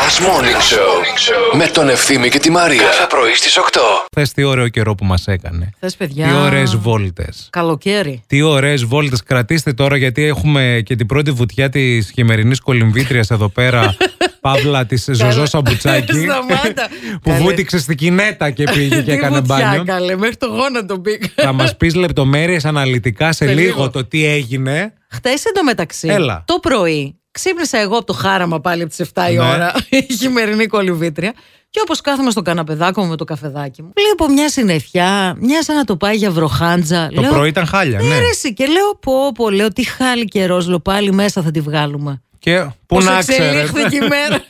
Last Morning Show με τον Ευθύμη και τη Μαρία. Κάθε πρωί στις 8. Χθε τι ωραίο καιρό που μας έκανε. Θες παιδιά. Τι ωραίες βόλτες. Καλοκαίρι. Τι ωραίες βόλτες. Κρατήστε τώρα γιατί έχουμε και την πρώτη βουτιά της χειμερινής κολυμβήτριας εδώ πέρα. Παύλα της Ζωζό Σαμπουτσάκη. Σταμάτα. που Καλέ. βούτυξε στη κινέτα και πήγε και Τι έκανε βουτιά, μπάνιο. καλέ, μέχρι το γόνατο πήγα. Θα μας πεις λεπτομέρειες αναλυτικά σε Σε λίγο. λίγο το τι έγινε. Χθες εντωμεταξύ, Έλα. το πρωί, ξύπνησα εγώ από το χάραμα πάλι από τις 7 η Ναι. ώρα, η χειμερινή κολυβήτρια. Και όπως κάθομαι στο καναπεδάκο μου με το καφεδάκι μου, βλέπω μια συννεφιά, μια σαν να το πάει για βροχάντζα. Το πρωί ήταν χάλια, ναι. ναι. ρε εσύ. και λέω πω, πω, λέω τι χάλι καιρό, λέω πάλι μέσα θα τη βγάλουμε. Και πού Πώς να ξέρετε. εξελίχθηκε η μέρα.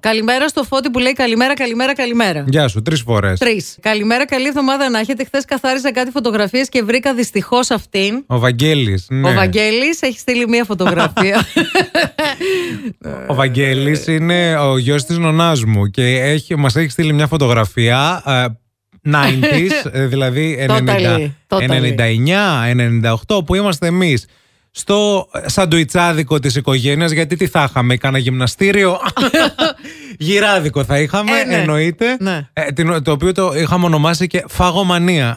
καλημέρα στο φώτι που λέει καλημέρα, καλημέρα, καλημέρα. Γεια σου, τρεις φορές. Τρεις. Καλημέρα, καλή εβδομάδα να έχετε. Χθες καθάρισα κάτι φωτογραφίες και βρήκα δυστυχώς αυτήν. Ο Βαγγέλης ναι. Ο Βαγγέλης έχει στείλει μία φωτογραφία. Ο Βαγγέλης Ε, είναι ο γιος της νονάς μου και έχει, μας έχει στείλει μια φωτογραφία ε, 90s, ε, δηλαδή 90, Totally, totally. 99, 98 που είμαστε εμείς στο ε, σαντουιτσάδικο της οικογένειας γιατί τι θα είχαμε, κάνα γυμναστήριο γυράδικο θα είχαμε Ε, ναι. εννοείται Ναι. ε, την- το οποίο το είχαμε ονομάσει και φαγομανία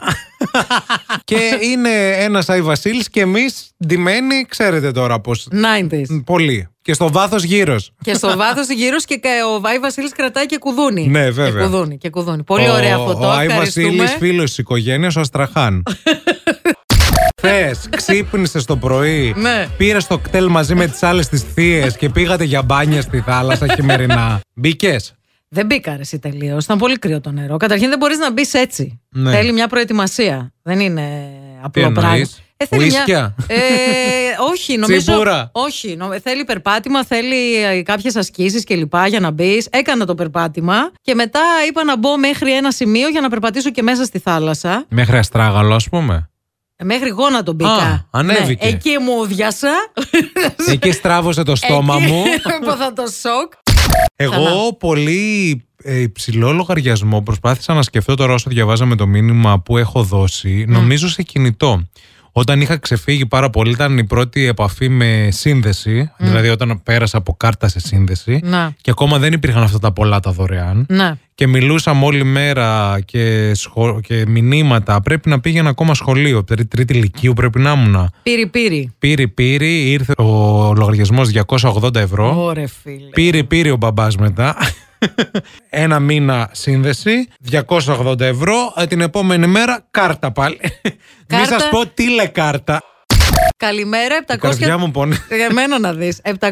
και είναι ένας Άι Βασίλης και εμείς ντυμένοι ξέρετε τώρα πως 90s. Πολύ. Και στο βάθος γύρω. και στο βάθος γύρω και κα- ο Άι Βασίλης κρατάει και κουδούνι. Ναι, Και βέβαια. κουδούνι, και κουδούνι. Πολύ ωραία φωτό. Ο Άι ευχαριστούμε. Βασίλης, φίλος της οικογένειας, ο Αστραχάν. Χθε ξύπνησε το πρωί, Ναι. πήρες το κτέλ μαζί με τις άλλες τις θείες και πήγατε για μπάνια στη θάλασσα χειμερινά. Μπήκες. Δεν μπήκα ρε, εσύ τελείως. Ήταν πολύ κρύο το νερό. Καταρχήν δεν μπορείς να μπεις έτσι. Ναι. Θέλει μια προετοιμασία. Δεν είναι απλό εννοείς? πράγμα. Ε, θέλει Ουίσκια? μια... ε, όχι, νομίζω. Τσιμπούρα? Όχι, νο- θέλει περπάτημα, θέλει ε, κάποιες ασκήσεις κλπ. για να μπεις. Έκανα το περπάτημα και μετά είπα να μπω μέχρι ένα σημείο για να περπατήσω και μέσα στη θάλασσα. Ε, Μέχρι αστράγαλο, ας πούμε. Μέχρι γόνατο μπήκα. Α, ανέβηκε. Ναι, εκεί μου διάσα. Εκεί στράβωσε το στόμα Εκεί μου. Έπαθα το σοκ. Εγώ πολύ ε, υψηλό λογαριασμό προσπάθησα να σκεφτώ τώρα όσο διαβάζαμε το μήνυμα που έχω δώσει. Νομίζω σε κινητό. Όταν είχα ξεφύγει πάρα πολύ, ήταν η πρώτη επαφή με σύνδεση. Δηλαδή, όταν πέρασα από κάρτα σε σύνδεση. Να. Και ακόμα δεν υπήρχαν αυτά τα πολλά τα δωρεάν. Ναι. Και μιλούσαμε όλη μέρα και, σχο... και μηνύματα. Πρέπει να πήγαινα ακόμα σχολείο. τρί- Τρίτη ηλικίου πρέπει να ήμουν. Πύρι-πύρι. Πήρε, πήρε, ήρθε ο λογαριασμός 280 ευρώ. Ωρε φίλε. Πήρε, πήρε ο μπαμπάς μετά. Ένα μήνα σύνδεση, 280 ευρώ. Ε, Την επόμενη μέρα κάρτα πάλι. Μην Κάρτα. σα πω τηλεκάρτα. Καλημέρα, Η καρδιά 700... μου πονεί. Εμένα να δεις. 738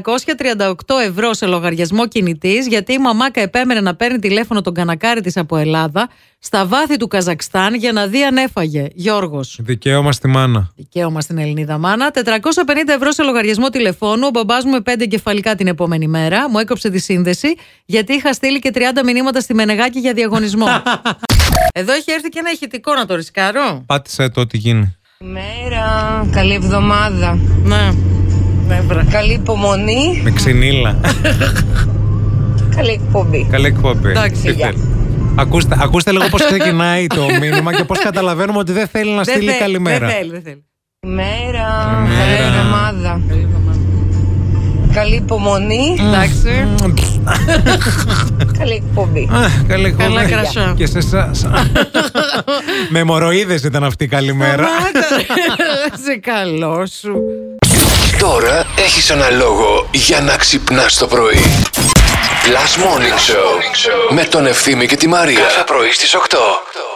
ευρώ σε λογαριασμό κινητής γιατί η μαμάκα επέμενε να παίρνει τηλέφωνο τον κανακάρι της από Ελλάδα στα βάθη του Καζακστάν για να δει αν έφαγε. Γιώργος. Δικαίωμα στη μάνα. Δικαίωμα στην Ελληνίδα μάνα. 450 ευρώ σε λογαριασμό τηλεφώνου. Ο μπαμπάς μου με πέντε κεφαλικά την επόμενη μέρα. Μου έκοψε τη σύνδεση γιατί είχα στείλει και 30 μηνύματα στη Μενεγάκη για διαγωνισμό. Εδώ έχει έρθει και ένα ηχητικό να το ρισκάρω. Πάτησε το ό,τι γίνει. Μέρα, καλή εβδομάδα. Ναι. Καλή υπομονή, Με ξυνήλα. καλή εκπομπή. Καλή εκπομπή. Εντάξει, Τι γεια. θέλεις. Ακούστε, ακούστε λίγο πώς ξεκινάει το μήνυμα και πώς καταλαβαίνουμε ότι δεν θέλει να Δεν στείλει θέλει, καλημέρα. Δεν θέλει, δεν θέλει. Μέρα, καλή Μέρα. εβδομάδα. Καλή εβδομάδα. Καλή υπομονή, Εντάξει. καλή εκπομπή. Α, Καλή εκπομπή. Καλά κρασά. Και σε εσάς. Με αιμορροίδες ήταν αυτή η καλημέρα. Σε ε, καλός σου. Τώρα έχεις ένα λόγο για να ξυπνάς το πρωί. Last Morning Show με τον Ευθύμη και τη Μαρία. Κάθε πρωί στις 8.